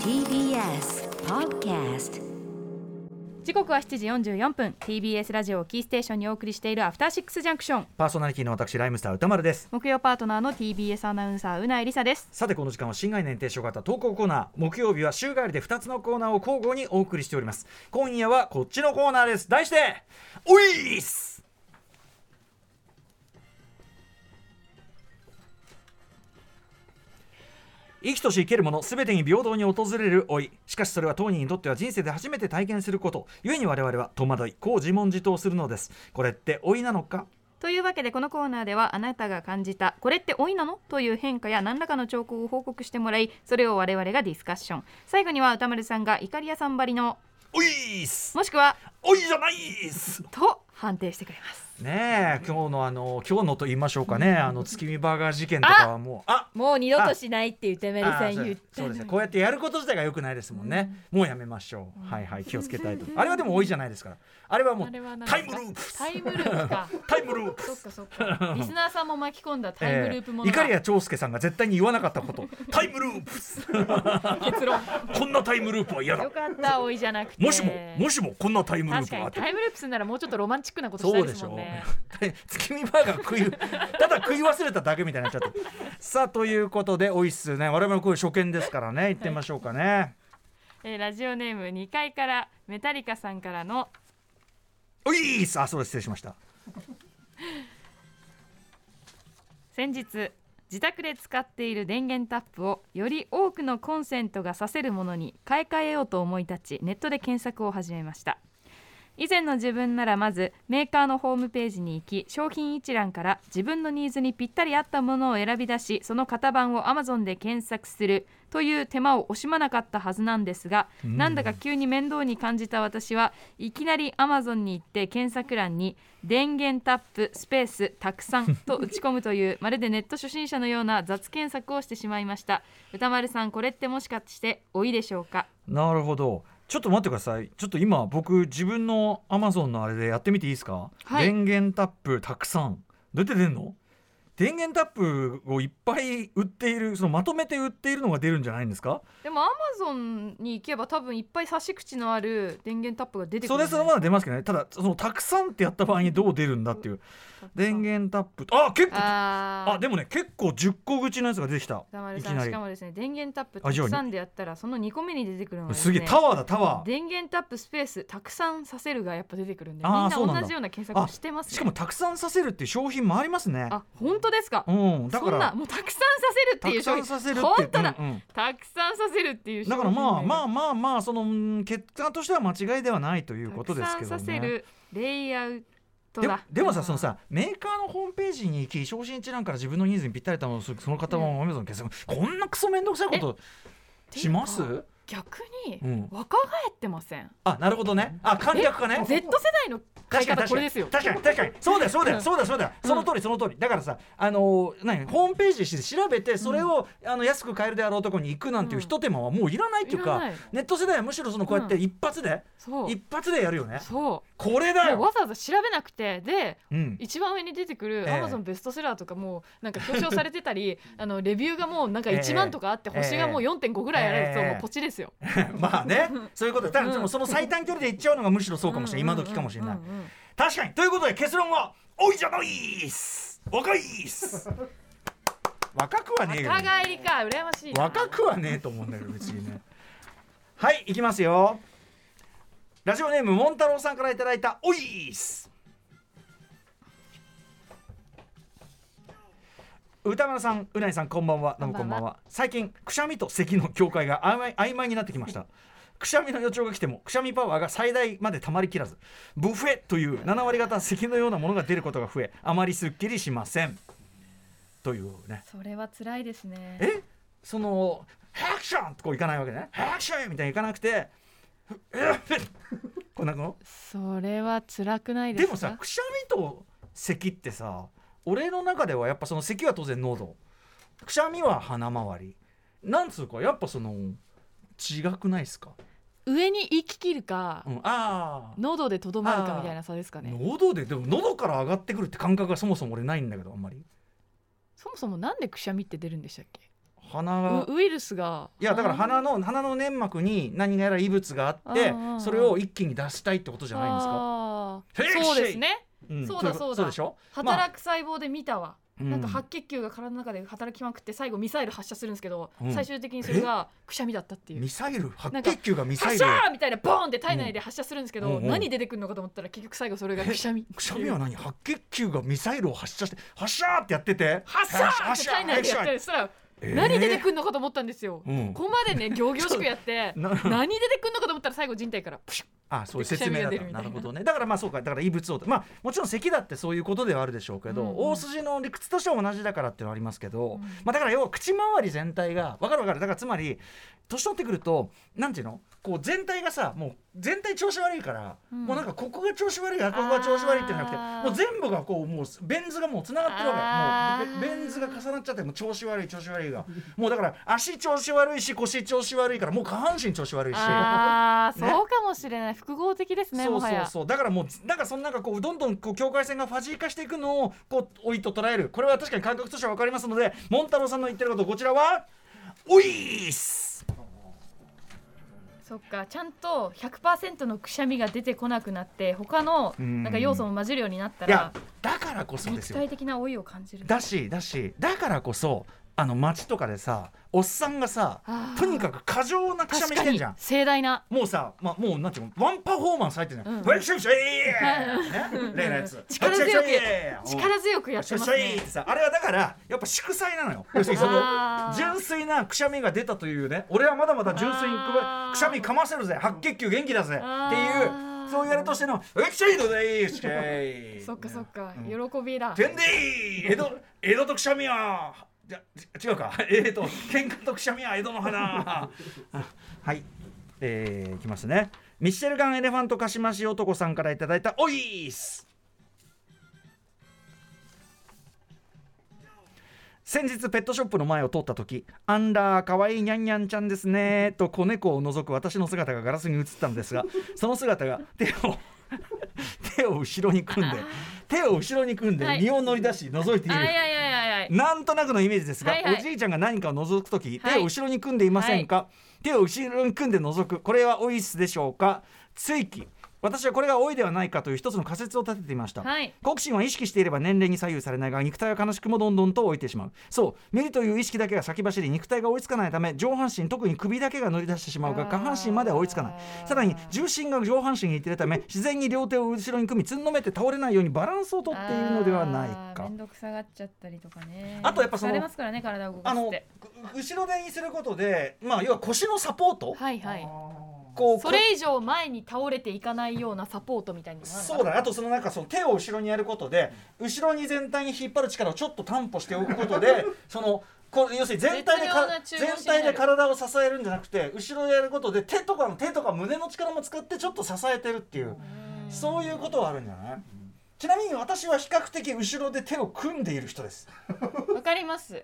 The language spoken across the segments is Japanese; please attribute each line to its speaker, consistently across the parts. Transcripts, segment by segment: Speaker 1: TBS Podcast
Speaker 2: 時刻は7時44分 TBS ラジオをキーステーションにお送りしているアフターシックスジャンクション
Speaker 3: パーソナリティの私ライムスター歌丸です
Speaker 2: 木曜パートナーの TBS アナウンサーうないりさです
Speaker 3: さてこの時間は新概念提唱型投稿コーナー木曜日は週替わりで2つのコーナーを交互にお送りしております今夜はこっちのコーナーです題しておいっす生きとし生けるもの全てに平等に訪れる老いしかしそれは当人にとっては人生で初めて体験すること故に我々は戸惑いこう自問自答するのですこれって老いなのか
Speaker 2: というわけでこのコーナーではあなたが感じたこれって老いなのという変化や何らかの兆候を報告してもらいそれを我々がディスカッション最後には歌丸さんがイカリアさんばりの
Speaker 3: おいっす
Speaker 2: もしくは
Speaker 3: おいじゃないっす
Speaker 2: と判定してくれます
Speaker 3: ねえ今日のあの今日のと言いましょうかねあの月見バーガー事件とかはもうあ
Speaker 4: もう二度としないっていうてめり
Speaker 3: あ
Speaker 4: さ
Speaker 3: あ
Speaker 4: ん
Speaker 3: そ
Speaker 4: 言
Speaker 3: うで
Speaker 4: っ
Speaker 3: す
Speaker 4: た
Speaker 3: そう
Speaker 4: の
Speaker 3: ですねこうやってやること自体が良くないですもんね、もうやめましょう、はいはい気をつけたいと あれはでも多いじゃないですからあれはもう
Speaker 2: あれは何です
Speaker 3: タ
Speaker 2: か
Speaker 3: イムループ
Speaker 2: タイムループか
Speaker 3: タイムループ
Speaker 2: そっかそっかリスナーさんも巻き込んだタイムループもの
Speaker 3: えー、
Speaker 2: だ
Speaker 3: 碇谷長介さんが絶対に言わなかったこと タイムループ
Speaker 2: 結論
Speaker 3: こんなタイムループは嫌だ
Speaker 2: よかった老いじゃなくて
Speaker 3: もしももしもこんなタイムルー
Speaker 2: 確
Speaker 3: プ
Speaker 2: か
Speaker 3: があっ
Speaker 2: に
Speaker 3: て
Speaker 2: タイムループするならもうちょっとロマンチックなことし
Speaker 3: そ
Speaker 2: たいうで
Speaker 3: ですし
Speaker 2: もん
Speaker 3: ょ
Speaker 2: ね
Speaker 3: う。 月見バーガー食い、ただ食い忘れただけみたいになっちゃって。さあ、ということで、おいっすね、我々もこれ初見ですからね、行ってみましょうかね。
Speaker 2: えーラジオネーム2階からメタリカさんからの
Speaker 3: おいっす、あ、そうです、失礼しました。
Speaker 2: 先日自宅で使っている電源タップをより多くのコンセントがさせるものに買い替えようと思い立ちネットで検索を始めました以前の自分ならまずメーカーのホームページに行き商品一覧から自分のニーズにぴったり合ったものを選び出しその型番を Amazon で検索するという手間を惜しまなかったはずなんですが、なんだか急に面倒に感じた私はいきなり Amazon に行って検索欄に「電源タップスペースたくさん」と打ち込むというまるでネット初心者のような雑検索をしてしまいました歌丸さんこれってもしかして老いでしょうか
Speaker 3: なるほど。ちょっと待ってください。ちょっと今、僕、自分の Amazon のあれでやってみていいですか、
Speaker 2: はい
Speaker 3: 電源タップたくさん。どうやって出んの電源タップをいっぱい売っている、そのまとめて売っているのが出るんじゃないんですか
Speaker 2: でも Amazon に行けば多分いっぱい差し口のある電源タップが出てく
Speaker 3: そ
Speaker 2: る
Speaker 3: れそのまま出ますけどねただそのたくさんってやった場合にどう出るんだっていう電源タップあ結構
Speaker 2: あ
Speaker 3: あでもね結構10個口のやつが出てきた
Speaker 2: 歌丸
Speaker 3: いき
Speaker 2: さん
Speaker 3: な
Speaker 2: し
Speaker 3: り
Speaker 2: かもですね電源タップた
Speaker 3: あじゃあ
Speaker 2: くさんでやったらその2個目に出てくるのがですす
Speaker 3: げ
Speaker 2: ね
Speaker 3: えタワーだタワー
Speaker 2: 電源タップスペースたくさんさせるがやっぱ出てくるんでみん
Speaker 3: あー
Speaker 2: な
Speaker 3: そうなんだ
Speaker 2: 同じような検索をしてますね
Speaker 3: しかもたくさんさせるっていう商品もありますね
Speaker 2: あ本当ですか
Speaker 3: うんだか
Speaker 2: そんな
Speaker 3: ら
Speaker 2: もうたくさんさせるって
Speaker 3: た
Speaker 2: い
Speaker 3: く
Speaker 2: う
Speaker 3: さ
Speaker 2: 商
Speaker 3: ん
Speaker 2: 品
Speaker 3: させるって
Speaker 2: 本当だ、
Speaker 3: うんうん
Speaker 2: たくさんさせるっていう商
Speaker 3: だ
Speaker 2: 品
Speaker 3: からまあまあまあまあそのうん結果としては間違いではないということですけど
Speaker 2: たくさんさせ
Speaker 3: ね
Speaker 2: るレイアウト
Speaker 3: でも
Speaker 2: だ
Speaker 3: でもさそのさメーカーのホームページに行き昇進一覧から自分のニーズにぴったりだものをするその方も Amazon 検索こんなクソ面倒くさいことしま
Speaker 2: っ
Speaker 3: す
Speaker 2: ていうか逆に
Speaker 3: うん
Speaker 2: 若返ってません
Speaker 3: あなるほどねあ簡略化ね
Speaker 2: Z 世代の買い
Speaker 3: 確かに確か
Speaker 2: 方
Speaker 3: に
Speaker 2: これですよ
Speaker 3: 確かに確かにそうだよそうだ
Speaker 2: うん
Speaker 3: よそうだよそうだよその通りその通りだからさあのー何ホームページして調べてそれをあの安く買えるであろうとこに行くなんていうひと手間はもういらないっていう
Speaker 2: いら
Speaker 3: か
Speaker 2: ない
Speaker 3: ネット世代はむしろそのこうやって一発で
Speaker 2: そう
Speaker 3: 一発でやるよね
Speaker 2: そ
Speaker 3: これ
Speaker 2: う
Speaker 3: だ
Speaker 2: もう
Speaker 3: よ
Speaker 2: わざわざ調べなくてで
Speaker 3: うん
Speaker 2: 一番上に出てくる
Speaker 3: ええ
Speaker 2: Amazon ベストセラーとかもうなんか表彰されてた りあのレビューがもうなんか
Speaker 3: ええ
Speaker 2: 1万とかあって
Speaker 3: ええ
Speaker 2: 星がもう4.5ぐらいあるやつを
Speaker 3: ええ
Speaker 2: もうポチですよ。
Speaker 3: まあねそういうことでただ
Speaker 2: うん
Speaker 3: でもその最短距離で行っちゃうのがむしろそうかもしれない今時かもしれない
Speaker 2: うんうんうん
Speaker 3: 確かにということで結論はおいじゃないっす若いっ す若くはねえよ
Speaker 2: 若返りか羨ましいな。
Speaker 3: 若くはねえと思うんだけど別にねはい行きますよラジオネームモン太郎さんからいただいたおいーす歌丸さん、うないさん、こんばんは。どうもこんばん
Speaker 2: こんばん
Speaker 3: は。最近、くしゃみと咳の境界が曖昧曖昧になってきました。くしゃみの予兆が来ても、くしゃみパワーが最大まで溜まりきらず、ブフェという7割方咳のようなものが出ることが増え、あまりすっきりしません。というね。
Speaker 2: それは辛いですね。
Speaker 3: えそのハクションとこういかないわけねハクションみたいにいかなくてえこんなの
Speaker 2: それは辛くないで
Speaker 3: です
Speaker 2: か。
Speaker 3: もさくしゃみと咳ってさ俺の中ではやっぱその咳は当然喉くしゃみは鼻周りなんつうかやっぱその違くないっすか、
Speaker 2: 上に行き切るか
Speaker 3: うん、ああ
Speaker 2: 喉でとどまるかみたいな差ですかね。
Speaker 3: 喉ででも喉から上がってくるって感覚がそもそも俺ないんだけどあんまり
Speaker 2: そもそもなんでくしゃみって出るんでしたっけ？
Speaker 3: 鼻が
Speaker 2: うウイルスが
Speaker 3: いやだから鼻の鼻の粘膜に何やら異物があって
Speaker 2: あー
Speaker 3: それを一気に出したいってことじゃないんですか、
Speaker 2: あー
Speaker 3: フェイク
Speaker 2: そうですね
Speaker 3: ん
Speaker 2: そうだそうだ
Speaker 3: そうでしょ
Speaker 2: 働く細胞で見たわ、
Speaker 3: うん
Speaker 2: なんか白血球が体の中で働きまくって最後ミサイル発射するんですけど、
Speaker 3: うん
Speaker 2: 最終的にそれがくしゃみだったっていう
Speaker 3: ミサイル白
Speaker 2: なんか
Speaker 3: 血球がミサ
Speaker 2: 発
Speaker 3: イル
Speaker 2: 射ーみたいなボーンって体内で発射するんですけど、
Speaker 3: うんうん
Speaker 2: 何出てくるのかと思ったら結局最後それがくしゃみ
Speaker 3: くしゃみは何白血球がミサイルを発射して発射ーってやってて
Speaker 2: 発射ーって体内でやったりしたら何出てくるのかと思ったんですよ、
Speaker 3: うん
Speaker 2: ここまでね行々しくやって
Speaker 3: な
Speaker 2: 何出てくるのかと思ったら最後人体 からプシュッ
Speaker 3: あそういう説明だっ
Speaker 2: くしゃみが出
Speaker 3: た
Speaker 2: るみた
Speaker 3: ない
Speaker 2: な
Speaker 3: るほどねだからまあそうかだから異物をまあもちろん咳だってそういうことではあるでしょうけど、
Speaker 2: うんうん
Speaker 3: 大筋の理屈としては同じだからっていうのはありますけど、
Speaker 2: うん
Speaker 3: まあだから要は口周り全体がわかるわかるだからつまり年取ってくるとなんていうのこう全体がさもう全体調子悪いから、
Speaker 2: うん
Speaker 3: もうなんかここが調子悪いあここが調子悪いってじゃな
Speaker 2: あー
Speaker 3: くてもう全部がこうもうベン図がもうつながってるわけもう
Speaker 2: あー
Speaker 3: ベベン図が重なっちゃってもう調子悪い調子悪いがもうだから足調子悪いし腰調子悪いからもう下半身調子悪いし。
Speaker 2: あー
Speaker 3: ね
Speaker 2: そうかもしれない複合的ですね
Speaker 3: そう
Speaker 2: もは
Speaker 3: そう
Speaker 2: や
Speaker 3: そうだからもうなんかそのなんかこうどんどんこう境界線がファジー化していくのをこう老いと捉えるこれは確かに感覚としては分かりますのでモン太郎さんの言ってることこちらはおいーっす
Speaker 4: そっかちゃんと100%のくしゃみが出てこなくなって他の
Speaker 3: うん
Speaker 4: なんか要素も混じるようになった
Speaker 3: いや
Speaker 4: ら
Speaker 3: だからこそで
Speaker 4: 肉
Speaker 3: すよ
Speaker 4: 体的な老いを感じる
Speaker 3: だしだしだからこそあの街とかでさおっさんがさ
Speaker 2: あー
Speaker 3: とにかく過剰なくしゃ
Speaker 2: 確
Speaker 3: み
Speaker 2: か
Speaker 3: してん
Speaker 2: に
Speaker 3: じゃん
Speaker 2: 盛大な
Speaker 3: もうさ、まあ、もうなんていうのワンパフォーマンス入ってるじゃん、
Speaker 2: うん
Speaker 3: ウェイシェイシェイね例のやつ
Speaker 2: 力強く
Speaker 3: ウェイシェイシェイうん
Speaker 2: 力強くやってます
Speaker 3: シャシャイっ
Speaker 2: ね
Speaker 3: てさあれはだからやっぱ祝祭なのよ要するにその
Speaker 2: あー
Speaker 3: 純粋なくしゃみが出たというね俺はまだまだ純粋に
Speaker 2: あー
Speaker 3: くしゃみかませるぜ白血球元気だぜ
Speaker 2: あ
Speaker 3: っ
Speaker 2: ー
Speaker 3: ていうそういうやりとしての「エクシャイドでいいしけい」
Speaker 2: そっかそっか、
Speaker 3: うん
Speaker 2: 喜びだ
Speaker 3: 「てんでい江戸江戸とくしゃみは」じゃ違うか えーと喧嘩とくしゃみは江戸の花 あはいえー、いきますねミッシェルガンエレファントカシマシ男さんからいただいたおいーす先日ペットショップの前を通った時「あんらかわいいにゃんにゃんちゃんですね」と子猫を覗く私の姿がガラスに映ったので すがその姿が手を手を後ろに組んで手を後ろに組ん
Speaker 2: は
Speaker 3: で
Speaker 2: い
Speaker 3: 身を乗り出し覗いてい
Speaker 2: あ
Speaker 3: る。
Speaker 2: いやいやいやいや
Speaker 3: なんとなくのイメージですが、
Speaker 2: はいはい
Speaker 3: おじいちゃんが何かを覗くとき、
Speaker 2: はい
Speaker 3: 手を後ろに組んでいませんか、手を後ろに組んで覗く、これはオイスでしょうか追記。私はこれが多いではないかという一つの仮説を立てていました、
Speaker 2: はい
Speaker 3: 好奇心は意識していれば年齢に左右されないが肉体は悲しくもどんどんと老いてしまうそう見るという意識だけが先走り肉体が追いつかないため上半身特に首だけが乗り出してしまうが
Speaker 2: あー
Speaker 3: 下半身までは追いつかないさらに重心が上半身にいっているため自然に両手を後ろに組みつんのめて倒れないようにバランスをとっているのではない
Speaker 4: あー
Speaker 3: か
Speaker 4: めんどくさがっちゃったりとかね
Speaker 3: あとやっぱその
Speaker 4: 疲れますからね体を動
Speaker 3: あ
Speaker 4: かすっ
Speaker 3: の
Speaker 4: て
Speaker 3: う後ろ手にすることで、まあ、要は腰のサポート、
Speaker 2: はいはい
Speaker 3: こう
Speaker 2: それ以上前に倒れていかないようなサポートみたいに
Speaker 3: こ
Speaker 2: な
Speaker 3: そうだねあとそのなんかその手を後ろにやることで後ろに全体に引っ張る力をちょっと担保しておくこ とでそのこう要するに全体でか
Speaker 2: 絶妙な中腰
Speaker 3: 全
Speaker 2: になる
Speaker 3: 体で体を支えるんじゃなくて後ろでやることで手とかの手とか胸の力も使ってちょっと支えてるっていうそういうことはあるんじゃないちなみに私は比較的後ろで手を組んでいる人です。
Speaker 2: わかり ます。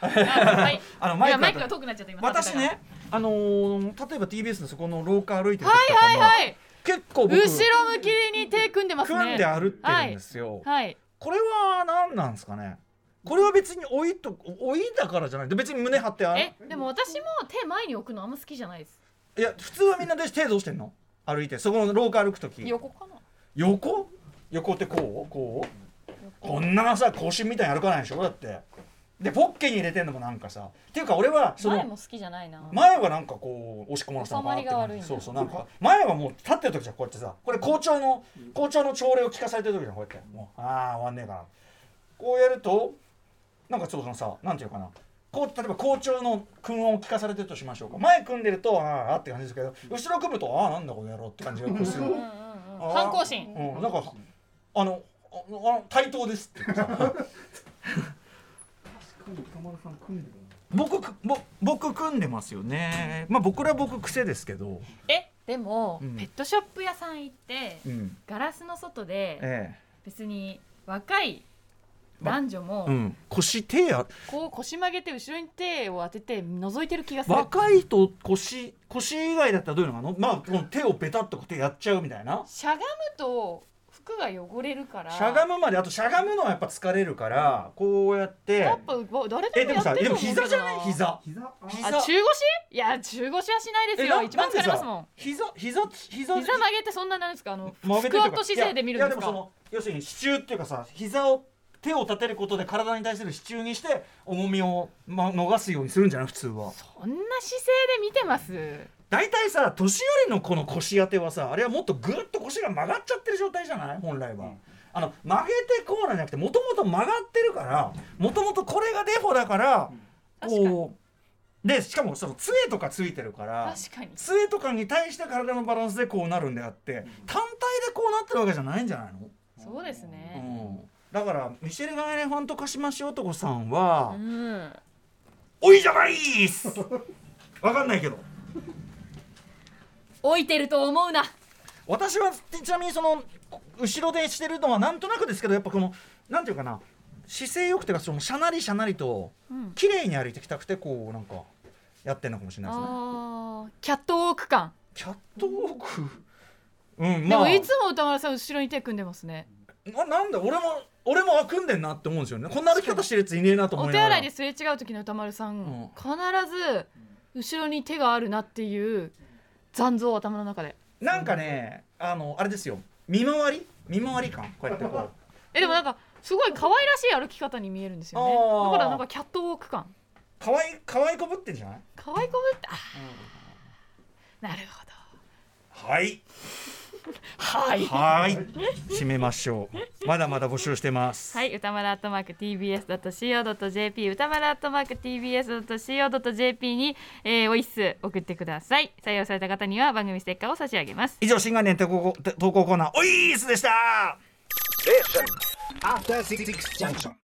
Speaker 2: あはい。
Speaker 3: あの
Speaker 2: い
Speaker 3: マイ
Speaker 2: や
Speaker 3: ク
Speaker 2: マ
Speaker 3: だ
Speaker 2: イクが
Speaker 3: と
Speaker 2: 遠くなっちゃった今。
Speaker 3: 私ね、あのー例えば TBS のそこの廊下歩いてる時とか
Speaker 2: はい
Speaker 3: も、
Speaker 2: はい。
Speaker 3: 結構
Speaker 2: 後
Speaker 3: 僕
Speaker 2: ろ向きに手組んでますね。
Speaker 3: 組んで歩ってるんですよ、
Speaker 2: はい。
Speaker 3: これは何なんですかねこれは別に老いと老いだからじゃないで別に胸張ってあ
Speaker 2: え、でも私も手前に置くのあんま好きじゃないです。
Speaker 3: いや普通はみんなで手どうしてんの歩いてそこの廊下歩く時
Speaker 2: 横かな。
Speaker 3: 横横ってこうこうこんなさ腰みたいに歩かないでしょだってでポッケに入れてんのもなんかさっていうか俺はそ
Speaker 2: 前
Speaker 3: の
Speaker 2: も好きじゃないな。
Speaker 3: 前はなんかこう押し込まなさ
Speaker 2: 収まりが悪いんだ
Speaker 3: そうそうなんか前はもう立ってる時じゃんこうやってさこれ校長の校長の朝礼を聞かされてる時じゃんこうやってもうああ終わんねえかなこうやるとなんかちょっとそのさなんていうかなこう例えば校長の訓音を聞かされてるとしましょうか前組んでるとあーあーって感じですけど後ろ組むとああなんだこの野郎って感じがこ うする、うん、あー
Speaker 2: 反抗心。
Speaker 3: なんかあのあのあの対等ですっていうかさ 僕くぼ僕組んでますよねまあ僕ら僕癖ですけど、
Speaker 4: えでも、
Speaker 3: うん
Speaker 4: ペットショップ屋さん行って
Speaker 3: うん
Speaker 4: ガラスの外で
Speaker 3: え
Speaker 4: 別に若い男女も
Speaker 3: えうん、腰手や
Speaker 2: こう腰曲げて後ろに手を当てて覗いてる気がする。
Speaker 3: 若い人腰腰以外だったらどういうのかなまあこの手をベタっとこうやっちゃうみたいな
Speaker 2: しゃがむと服が汚れるから
Speaker 3: しゃがむまであとしゃがむのはやっぱ疲れるからこうやって
Speaker 2: やっぱぼ誰
Speaker 3: え
Speaker 2: で
Speaker 3: で
Speaker 2: も
Speaker 3: も
Speaker 2: や
Speaker 3: さ
Speaker 2: って
Speaker 3: で
Speaker 2: ると
Speaker 3: も
Speaker 2: 思うけど
Speaker 3: 膝じゃない膝
Speaker 5: 膝あ
Speaker 3: 膝
Speaker 2: あ中腰いや中腰はしないです
Speaker 3: えな
Speaker 2: よ一番疲れますもん
Speaker 3: なんでさ膝膝膝
Speaker 2: 膝曲げてそんななんですかあの
Speaker 3: 曲げ
Speaker 2: ス
Speaker 3: て
Speaker 2: ク
Speaker 3: と
Speaker 2: ワ
Speaker 3: か
Speaker 2: ット姿勢で見るんです
Speaker 3: いやいや
Speaker 2: か
Speaker 3: でもその要するに支柱っていうかさ膝を手を立てることで体に対する支柱にして重みを、ま、逃すようにするんじゃない普通は
Speaker 2: そんな姿勢で見てます
Speaker 3: 大体さ年寄りのこの腰当てはさあれはもっとぐっと腰が曲がっちゃってる状態じゃない本来は、あの曲げてこうなんじゃなくてもともと曲がってるからもともとこれがデフォだから、こうでしかもその杖とかついてるから
Speaker 2: 確かに
Speaker 3: 杖とかに対して体のバランスでこうなるんであって、単体でこうなってるわけじゃないんじゃないの、
Speaker 2: そうですね
Speaker 3: うんだからミシェルガン・エレファントカシマシ男さんは、
Speaker 2: うん
Speaker 3: おいじゃないっす わかんないけど
Speaker 2: 置いてると思うな
Speaker 3: 私はちなみにその後ろでしてるのはなんとなくですけどやっぱこのなんていうかな姿勢よくてかそのしゃなりしゃなりと
Speaker 2: うん
Speaker 3: 綺麗に歩いてきたくてこうなんかやってんのかもしれないですね
Speaker 2: あーキャットウォーク感
Speaker 3: キャットウォーク うん
Speaker 2: で
Speaker 3: ま
Speaker 2: も
Speaker 3: あ
Speaker 2: いつも歌丸さん後ろに手組んでますね
Speaker 3: ななんだ俺も俺もあくんでんなって思うんですよねこんな歩き方してるやついねえなと思
Speaker 2: お
Speaker 3: い
Speaker 2: 手
Speaker 3: ながら
Speaker 2: 洗いですれ違う時の歌丸さん、
Speaker 3: ん
Speaker 2: 必ず後ろに手があるなっていう残像頭の中で
Speaker 3: なんかねあのあれですよ見回り見回り感こうやって こう
Speaker 2: えでもなんかすごい可愛らしい歩き方に見えるんですよね
Speaker 3: あー
Speaker 2: だからなんかキャットウォーク感
Speaker 3: かわいかわいこぶってんじゃない
Speaker 2: 可愛い子ぶってあーなるほど
Speaker 3: はい
Speaker 2: はい
Speaker 3: はい締めましょうまだまだ募集してます
Speaker 6: はい、歌丸アットマーク TBS.CO.JP 歌丸アットマーク TBS.CO.JP に、えー、お一通送ってください採用された方には番組ステッカーを差し上げます
Speaker 3: 以上新概念投稿投稿コーナーおいーすでした
Speaker 5: After Six Junction.